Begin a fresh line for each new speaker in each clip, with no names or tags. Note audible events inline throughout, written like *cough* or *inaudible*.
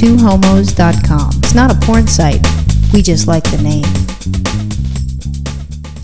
twohomos.com. It's not a porn site. We just like the name.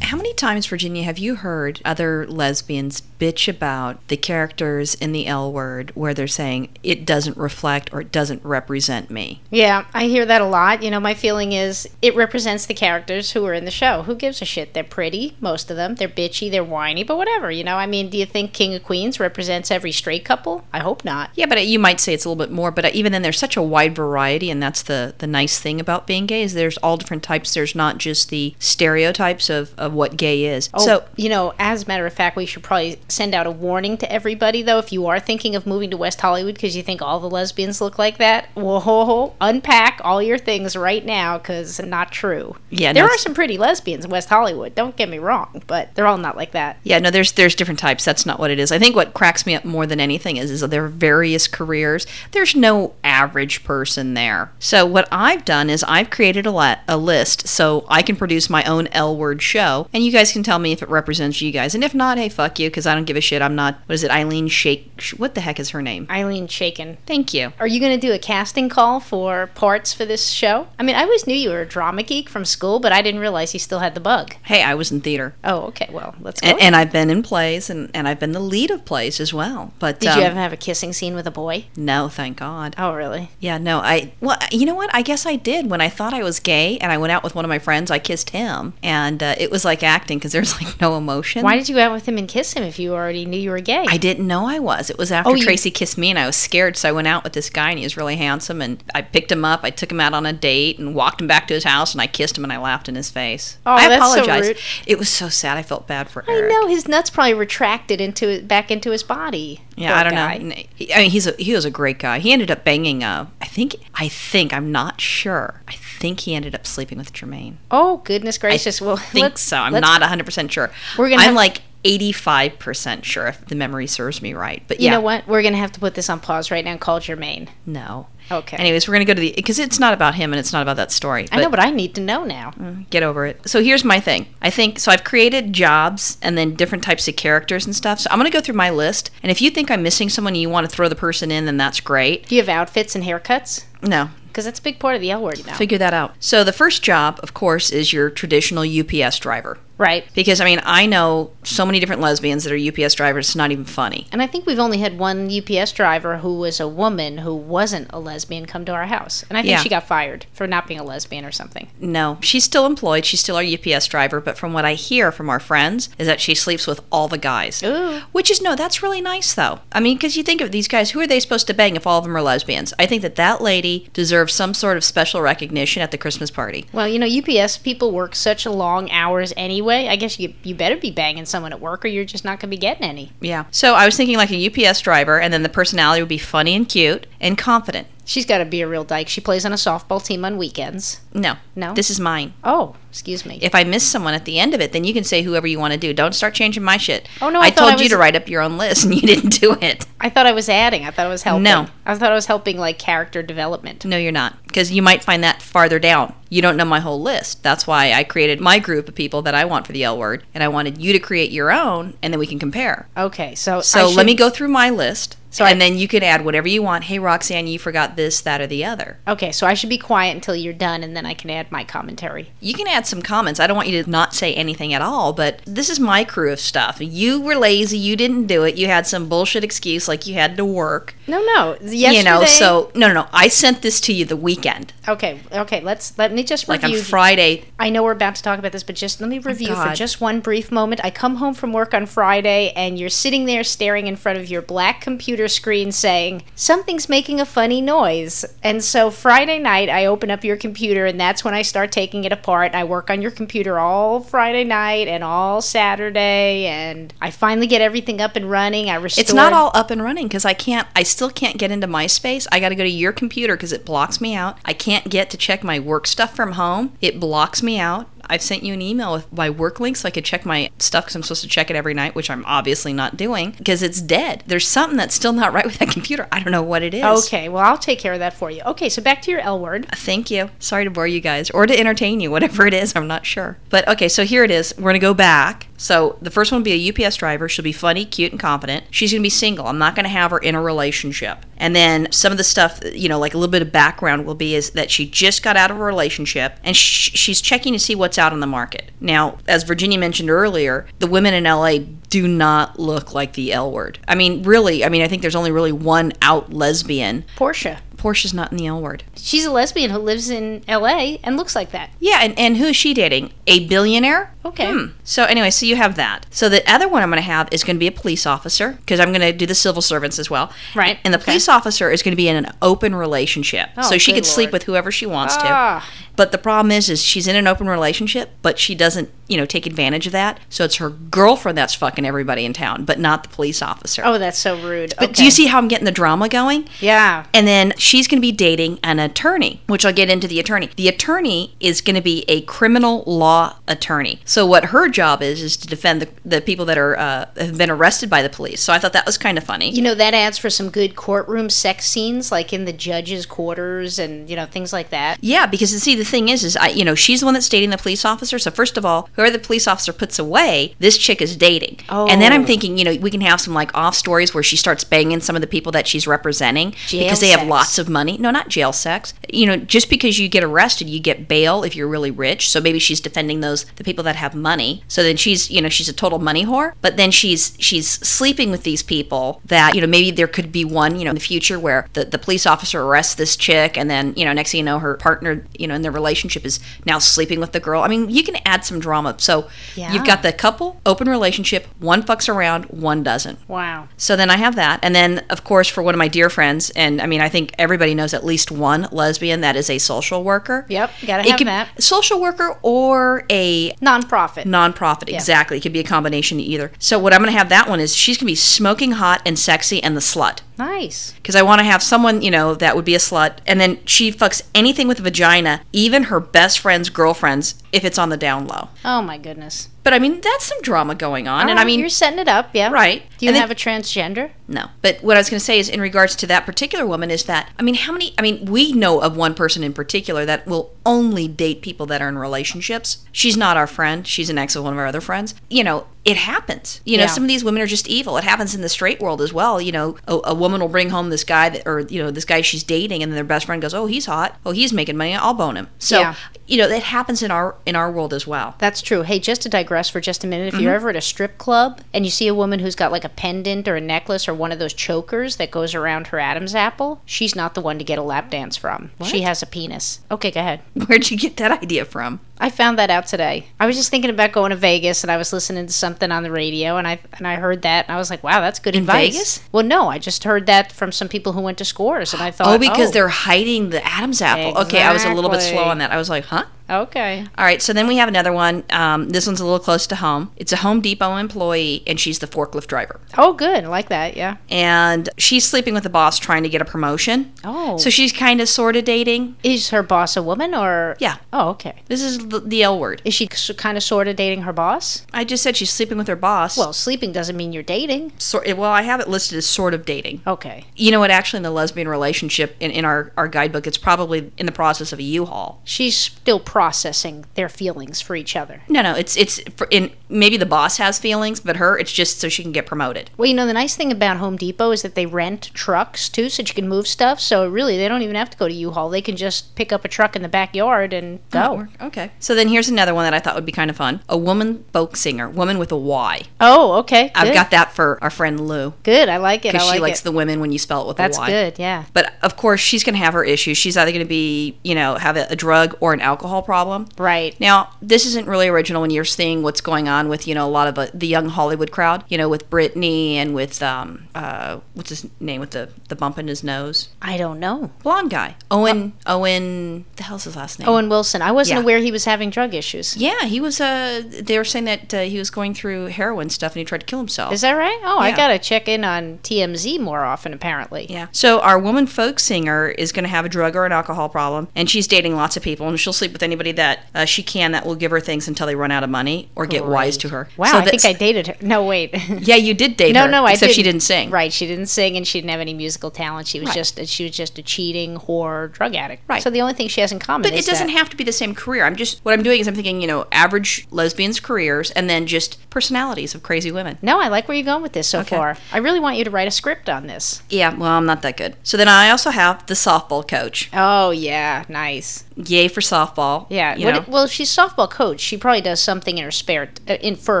How many times, Virginia, have you heard other lesbians bitch about the characters in the L word where they're saying it doesn't reflect or it doesn't represent me?
Yeah, I hear that a lot. You know, my feeling is it represents the characters who are in the show. Who gives a shit? They're pretty, most of them. They're bitchy, they're whiny, but whatever. You know, I mean, do you think King of Queens represents every straight couple? I hope not.
Yeah, but uh, you might say it's a little bit more, but uh, even then, there's such a wide variety, and that's the, the nice thing about being gay is there's all different types. There's not just the stereotypes of, of what gay is.
Oh,
So
you know, as a matter of fact, we should probably send out a warning to everybody, though, if you are thinking of moving to West Hollywood because you think all the lesbians look like that. Whoa, unpack all your things right now because not true.
Yeah,
there
no,
are
it's-
some pretty lesbians in West Hollywood. Don't get me wrong, but they're all not like that.
Yeah, no, there's there's different types. That's not what it is. I think what cracks me up more than anything is is there are various careers. There's no average person there. So what I've done is I've created a la- a list so I can produce my own L word show, and you guys can tell me if it represents you guys, and if not, hey, fuck you, because I don't give a shit. I'm not. What is it, Eileen Shake? sh- What the heck is her name?
Eileen Shaken.
Thank you.
Are you going to do a casting call for parts for this show? I mean, I always knew you were a drama geek from school, but I didn't realize you still had the bug.
Hey, I was in theater,
Oh, okay. Well, let's go.
and, and I've been in plays, and, and I've been the lead of plays as well. But
Did
um,
you ever have a kissing scene with a boy?
no, thank God.
Oh, really?
Yeah, no, I well, you know what? I guess I did when I thought I was gay, and I went out with one of my friends. I kissed him, and uh, it was like acting because there's like no emotion.
Why did you go out with him and kiss him if you already knew you were gay?
I didn't know I was. It was after
Oh, you-
Tracy kissed me, and I was scared, so I went out with this guy, and he was really handsome, and I picked him up. I took him out on a date and walked him back to his house, and I kissed him, and I laughed in his face.
Oh,
I
that's so
apologized.
rude.
It was so sad. I felt bad for
I
Eric.
know his nuts probably retracted into back into his body.
Yeah,
Poor
I don't
guy.
know. N- he- I mean, he's a, he was a great guy. He ended up banging. Uh, I think. I think. I'm not sure. I think he ended up sleeping with Jermaine.
Oh goodness gracious! well,
think
let's-
so. I'm
let's-
not 100% sure.
We're gonna
I'm
have-
like 85% sure if the memory serves me right. But
You
yeah,
know what? We're gonna have to put this on pause right now and call Jermaine.
no.
Okay.
Anyways, we're going to go to the because it's not about him and it's not about that story.
I know, but I need to know now.
get over it. So here's my thing. I think so I've created jobs and then different types of characters and stuff. So I'm going to go through my list and if you think I'm missing someone and you want to throw the person in then that's great.
Do you have outfits and haircuts?
No,
Because that's a big part of the L word now,
figure that out. So the first job, of course, is your traditional UPS driver.
right?
Because I mean, I know so many different lesbians that are UPS drivers, it's not even funny.
And I think we've only had one UPS driver who was a woman who wasn't a lesbian come to our house, and I think
Yeah.
she got fired for not being a lesbian or something.
No, she's still employed. She's still our UPS driver. But from what I hear from our friends, is that she sleeps with all the guys.
Ooh.
Which is no, that's really nice though. I mean, because you think of these guys, who are they supposed to bang if all of them are lesbians? I think that that lady deserves some sort of special recognition at the Christmas party.
Well, you know, UPS people work such long hours anyway. I guess you you better be banging someone at work, or you're just not going to be getting any.
Yeah. So I was thinking like a UPS driver, and then the personality would be funny and cute and confident.
She's got to be a real dyke. She plays on a softball team on weekends.
No,
No?
This is mine.
Oh, excuse me.
If I miss someone at the end of it, then you can say whoever you want to do. Don't start changing my shit.
Oh, no, I thought
told
I
you to
was-
write up your own list, and you didn't do it.
I thought I was adding. I thought I was helping.
No.
I thought I was helping like character development.
No, you're not, because you might find that farther down. You don't know my whole list. That's why I created my group of people that I want for the L word, and I wanted you to create your own, and then we can compare.
Okay, so I
So let
should-
me go through my list,
So
and
I-
then you can add whatever you want. Hey, Roxanne, you forgot this, that, or the other.
Okay, so I should be quiet until you're done, and then I can add my commentary.
You can add some comments. I don't want you to not say anything at all, but this is my crew of stuff. You were lazy. You didn't do it. You had some bullshit excuse like you had to work.
No, no. Yesterday.
You know, so no, no, no. I sent this to you the weekend,
okay, okay. Let's let me just
like on
review.
Friday,
I know we're about to talk about this, but just let me review for
God.
just one brief moment. I come home from work on Friday, and you're sitting there staring in front of your black computer screen saying, Something's making a funny noise. And so Friday night, I open up your computer, and that's when I start taking it apart. I work on your computer all Friday night and all Saturday, and I finally get everything up and running. I restore.
It's not all up and running because I can't. I still can't get into MySpace. I got to go to your computer because it blocks me out. I can't get to check my work stuff from home. It blocks me out. I've sent you an email with my work link so I could check my stuff because I'm supposed to check it every night, which I'm obviously not doing because it's dead. There's something that's still not right with that *laughs* computer. I don't know what it is.
Okay, well, I'll take care of that for you. Okay, so back to your L word.
Thank you. Sorry to bore you guys or to entertain you, whatever it is. I'm not sure. But okay, so here it is. We're going to go back So the first one will be a UPS driver. She'll be funny, cute, and confident. She's going to be single. I'm not going to have her in a relationship. And then some of the stuff, you know, like a little bit of background will be is that she just got out of a relationship and sh- she's checking to see what's out on the market. Now, as Virginia mentioned earlier, the women in LA do not look like the L word. I mean, really, I mean, I think there's only really one out lesbian.
Portia.
Portia's not in the L word.
She's a lesbian who lives in LA and looks like that.
Yeah, and, and who is she dating? A billionaire?
Okay.
Hmm. So anyway, so you have that. So the other one I'm going to have is going to be a police officer because I'm going to do the civil servants as well.
Right,
And the police officer is going to be in an open relationship,
Oh,
so she
good
could sleep
Lord.
with whoever she wants to.
Ah.
But the problem is, is she's in an open relationship, but she doesn't, you know, take advantage of that. So it's her girlfriend that's fucking everybody in town, but not the police officer.
Oh, that's so rude.
But do you see how I'm getting the drama going?
Yeah.
And then she's going to be dating an attorney, which I'll get into the attorney. The attorney is going to be a criminal law attorney. So what her job is is to defend the, the people that are uh, have been arrested by the police. So I thought that was kind of funny.
You know, that adds for some good courtroom sex scenes, like in the judges' quarters and, you know, things like that.
Yeah, because see, the thing is, is I, you know, she's the one that's dating the police officer. So first of all, whoever the police officer puts away, this chick is dating. And then I'm
Oh.
thinking, you know, we can have some like off stories where she starts banging some of the people that she's representing
Jail
because they have
sex.
lots of money. No, not jail sex. You know, just because you get arrested, you get bail if you're really rich. So maybe she's defending those the people that have money. So then she's, you know, she's a total money whore. But then she's she's sleeping with these people that you know maybe there could be one you know in the future where the the police officer arrests this chick and then you know next thing you know her partner you know in their relationship is now sleeping with the girl. I mean, you can add some drama. So
Yeah.
you've got the couple open relationship, one fucks around, one doesn't.
Wow.
So then I have that. And then, of course, for one of my dear friends, and I mean, I think everybody knows at least one lesbian that is a social worker.
Yep, gotta
It
have
could-
that.
Social worker or a
Nonprofit.
nonprofit. Exactly. It could be a combination of either. So what I'm going to have that one is she's going to be smoking hot and sexy and the slut.
Nice.
Because I want to have someone, you know, that would be a slut. And then she fucks anything with vagina, even her best friend's girlfriends, if it's on the down low.
Oh, my goodness.
But I mean, that's some drama going on. and I
Alright,
mean,
you're setting it up, yeah.
right.
Do you
And then-
have a transgender?
no. But what I was going to say is, in regards to that particular woman, is that, I mean, how many, I mean, we know of one person in particular that will only date people that are in relationships. She's not our friend. She's an ex of one of our other friends. You know, it happens. You know,
Yeah.
some of these women are just evil. It happens in the straight world as well. You know, a, a woman will bring home this guy that, or, you know, this guy she's dating, and then their best friend goes, oh, he's hot. Oh, he's making money. I'll bone him. So,
Yeah.
you know, that happens in our in our world as well. *laughs*
That's true. Hey, just to digress for just a minute, if you're
Mm-hmm.
ever at a strip club and you see a woman who's got like a pendant or a necklace or one of those chokers that goes around her Adam's apple, she's not the one to get a lap dance from. She has a penis. Okay, go ahead.
Where'd you get that idea from?
I found that out today. I was just thinking about going to Vegas and I was listening to something on the radio and I and I heard that and I was like, wow, that's good advice.
Vegas?
Well, no, I just heard that from some people who went to scores and I thought,
Oh, because they're hiding the Adam's apple. Okay, I was a little bit slow
Exactly.
on that. I was like, huh?
okay.
All right, so then we have another one. Um, this one's a little close to home. It's a Home Depot employee, and she's the forklift driver.
Oh, good, I like that. Yeah.
And she's sleeping with the boss trying to get a promotion.
Oh.
So she's kind of sort of dating.
Is her boss a woman or?
Yeah.
Oh, okay.
This is the, the L word.
Is she kind of sort of dating her boss?
I just said she's sleeping with her boss.
Well, sleeping doesn't mean you're dating.
sort, well, I have it listed as sort of dating.
Okay.
You know what? Actually, in the lesbian relationship, in, in our, our guidebook, it's probably in the process of a U-Haul.
She's still processing their feelings for each other.
No, no, it's it's for in maybe the boss has feelings, but her it's just so she can get promoted.
Well, you know, the nice thing about Home Depot is that they rent trucks too, so you can move stuff. So really, they don't even have to go to U-Haul. They can just pick up a truck in the backyard and go.
Okay. So then here's another one that I thought would be kind of fun. A woman folk singer, woman with a Y.
Oh, okay. Good.
I've got that for our friend Lou
good. I like it. I
because
like
she likes
it.
the women when you spell it with
That's
a Y.
good. Yeah.
But of course, she's going to have her issues. She's either going to be, you know, have a, a drug or an alcohol problem.
Right.
Now, this isn't really original when you're seeing what's going on with, you know, a lot of uh, the young Hollywood crowd, you know, with Britney and with, um, uh, what's his name, with the, the bump in his nose?
I don't know.
Blonde guy. Owen, Owen, the hell's his last name?
Oh. Owen Wilson. I wasn't
Yeah.
aware he was having drug issues.
Yeah, he was. Uh, they were saying that uh, he was going through heroin stuff and he tried to kill himself.
Is that right? Oh, I
Yeah.
gotta check in on TMZ more often. Apparently.
yeah. So our woman folk singer is going to have a drug or an alcohol problem, and she's dating lots of people, and she'll sleep with any anybody that uh, she can that will give her things until they run out of money or get wise to her.
Wow,
So
I think I
that's-
dated her. No, wait. *laughs*
Yeah, you did date
No,
her.
no, I
except
didn't.
she didn't sing.
Right, she didn't sing and she didn't have any musical talent. She was just she was just a cheating whore drug addict.
Right.
So the only thing she has in common
But
is
it doesn't
that-
have to be the same career. I'm just what I'm doing is I'm thinking, you know, average lesbians' careers and then just personalities of crazy women.
No, I like where you're going with this so far. I really want you to write a script on this.
Yeah, well, I'm not that good. So then I also have the softball coach.
Oh yeah, nice.
Yay for softball.
Yeah.
you
What-
know.
well, she's softball coach. She probably does something in her spare uh, in for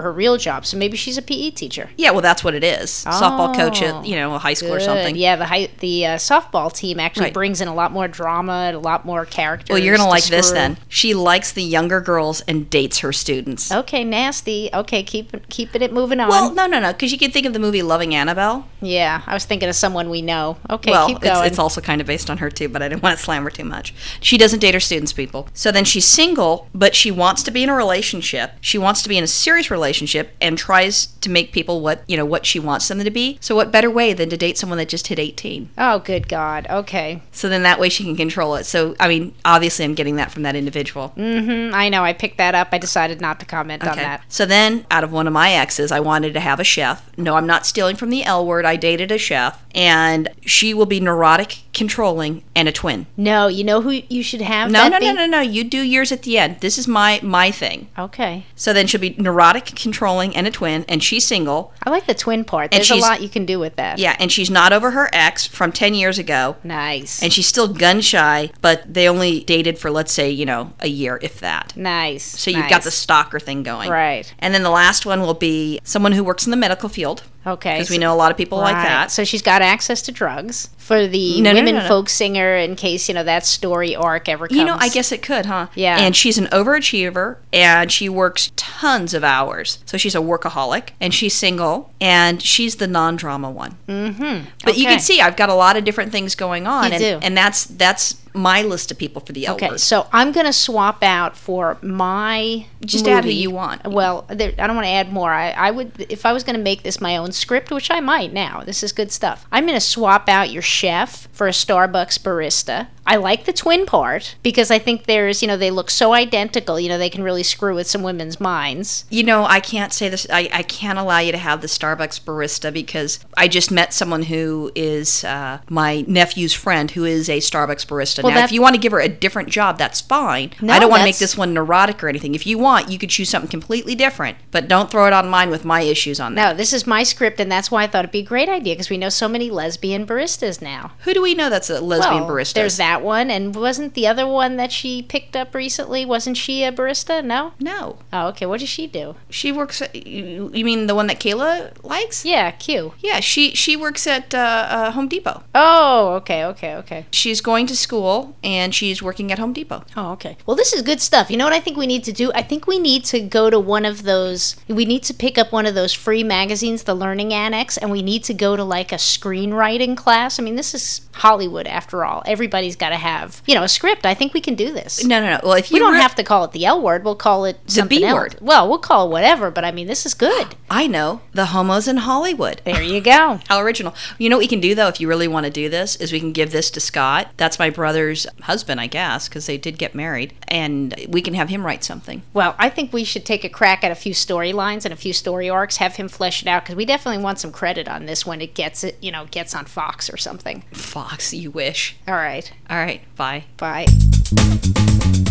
her real job. So maybe she's a PE teacher.
yeah, well, that's what it is. softball coach
Oh,
at you know a high school or
Good.
something.
Yeah, the high, the uh, softball team actually
Right.
brings in a lot more drama and a lot more characters.
Well, you're gonna
to
like this
screw.
then. She likes the younger girls and dates her students.
Okay, nasty. Okay, keep keeping it moving on.
Well, no, no, no, because you can think of the movie Loving Annabelle.
yeah, I was thinking of someone we know. Okay,
well,
keep
it's,
going.
it's also kind of based on her too, but I didn't want to slam her too much. She doesn't date her students, people. So then she's single, but she wants to be in a relationship. She wants to be in a serious relationship and tries to make people what you know what she wants them to be. So what better way than to date someone that just hit 18?
oh, good God. Okay,
So then that way she can control it. So I mean, obviously, I'm getting that from that individual.
Mm, I know. I picked that up. I decided not to comment on that.
So then, out of one of my exes, I wanted to have a chef. No, I'm not stealing from the L word. I dated a chef, and she will be neurotic, controlling, and a twin.
No, you know who you should have.
No,
that
no,
be?
no, no, no. You do yours at the end. This is my my thing.
Okay,
So then she'll be neurotic, controlling, and a twin, and she's single.
I like the twin part. There's a
she's-
lot you can do with that.
Yeah, and she's not over her ex from ten years ago.
Nice.
And she's still gun shy, but they only dated for let's say, you know, a year if that.
nice.
So you've got the
nice.
stalker thing going.
Right.
And then the last one will be someone who works in the medical field.
Okay.
Because we know a lot of people like
Right.
that.
So she's got access to drugs for the
No, no, no,
women
no, no.
folk singer in case, you know, that story arc ever comes.
You know, I guess it could, huh?
Yeah.
And she's an overachiever and she works tons of hours. So she's a workaholic and she's single and she's the non drama one. Mm-hmm. But you
Okay.
can see I've got a lot of different things going on.
You
and,
do.
and that's that's my list of people for the L
Okay,
word.
so I'm going to swap out for my.
Just add who
movie-
you want.
Well, there, I don't want to add more. I, I would, if I was going to make this my own script, which I might now, this is good stuff. I'm going to swap out your chef for a Starbucks barista. I like the twin part because I think there's, you know, they look so identical, you know, they can really screw with some women's minds.
You know, I can't say this. I, I can't allow you to have the Starbucks barista because I just met someone who is uh, my nephew's friend who is a Starbucks barista.
Well,
now,
that-
if you want to give her a different job, that's fine.
No,
I don't want to make
that's-
this one neurotic or anything. If you want, you could choose something completely different, but don't throw it on mine with my issues on that.
No, this is my script, and that's why I thought it'd be a great idea because we know so many lesbian baristas now.
Who do we know that's a lesbian
Well,
barista?
There's that one, and wasn't the other one that she picked up recently? Wasn't she a barista? No.
No,
Oh, okay. What does she do?
she works. At, you you mean the one that Kayla likes?
Yeah, Q.
Yeah, she she works at uh, uh, Home Depot.
Oh, okay, okay, okay.
She's going to school and she's working at Home Depot.
Oh, okay. Well, this is good stuff. You know what I think we need to do? I think we need to go to one of those. We need to pick up one of those free magazines, the Learning Annex, and we need to go to like a screenwriting class. I mean, this is Hollywood after all. Everybody's got to have, you know, a script. I think we can do this.
No, no, no. Well, if you
We don't
re-
have to call it the L word. We'll call it something
B
else.
word. Ah.
Well, we'll call it whatever. But I mean, this is good.
I know the homos in Hollywood.
There you go.
How original. You know what we can do though, if you really want to do this, is we can give this to Scott. That's my brother's husband, I guess, because they did get married, and we can have him write something.
Well, I think we should take a crack at a few storylines and a few story arcs. Have him flesh it out because we definitely want some credit on this when it gets it, you know, gets on Fox or something.
Fox, you wish.
All right.
All right, bye.
Bye.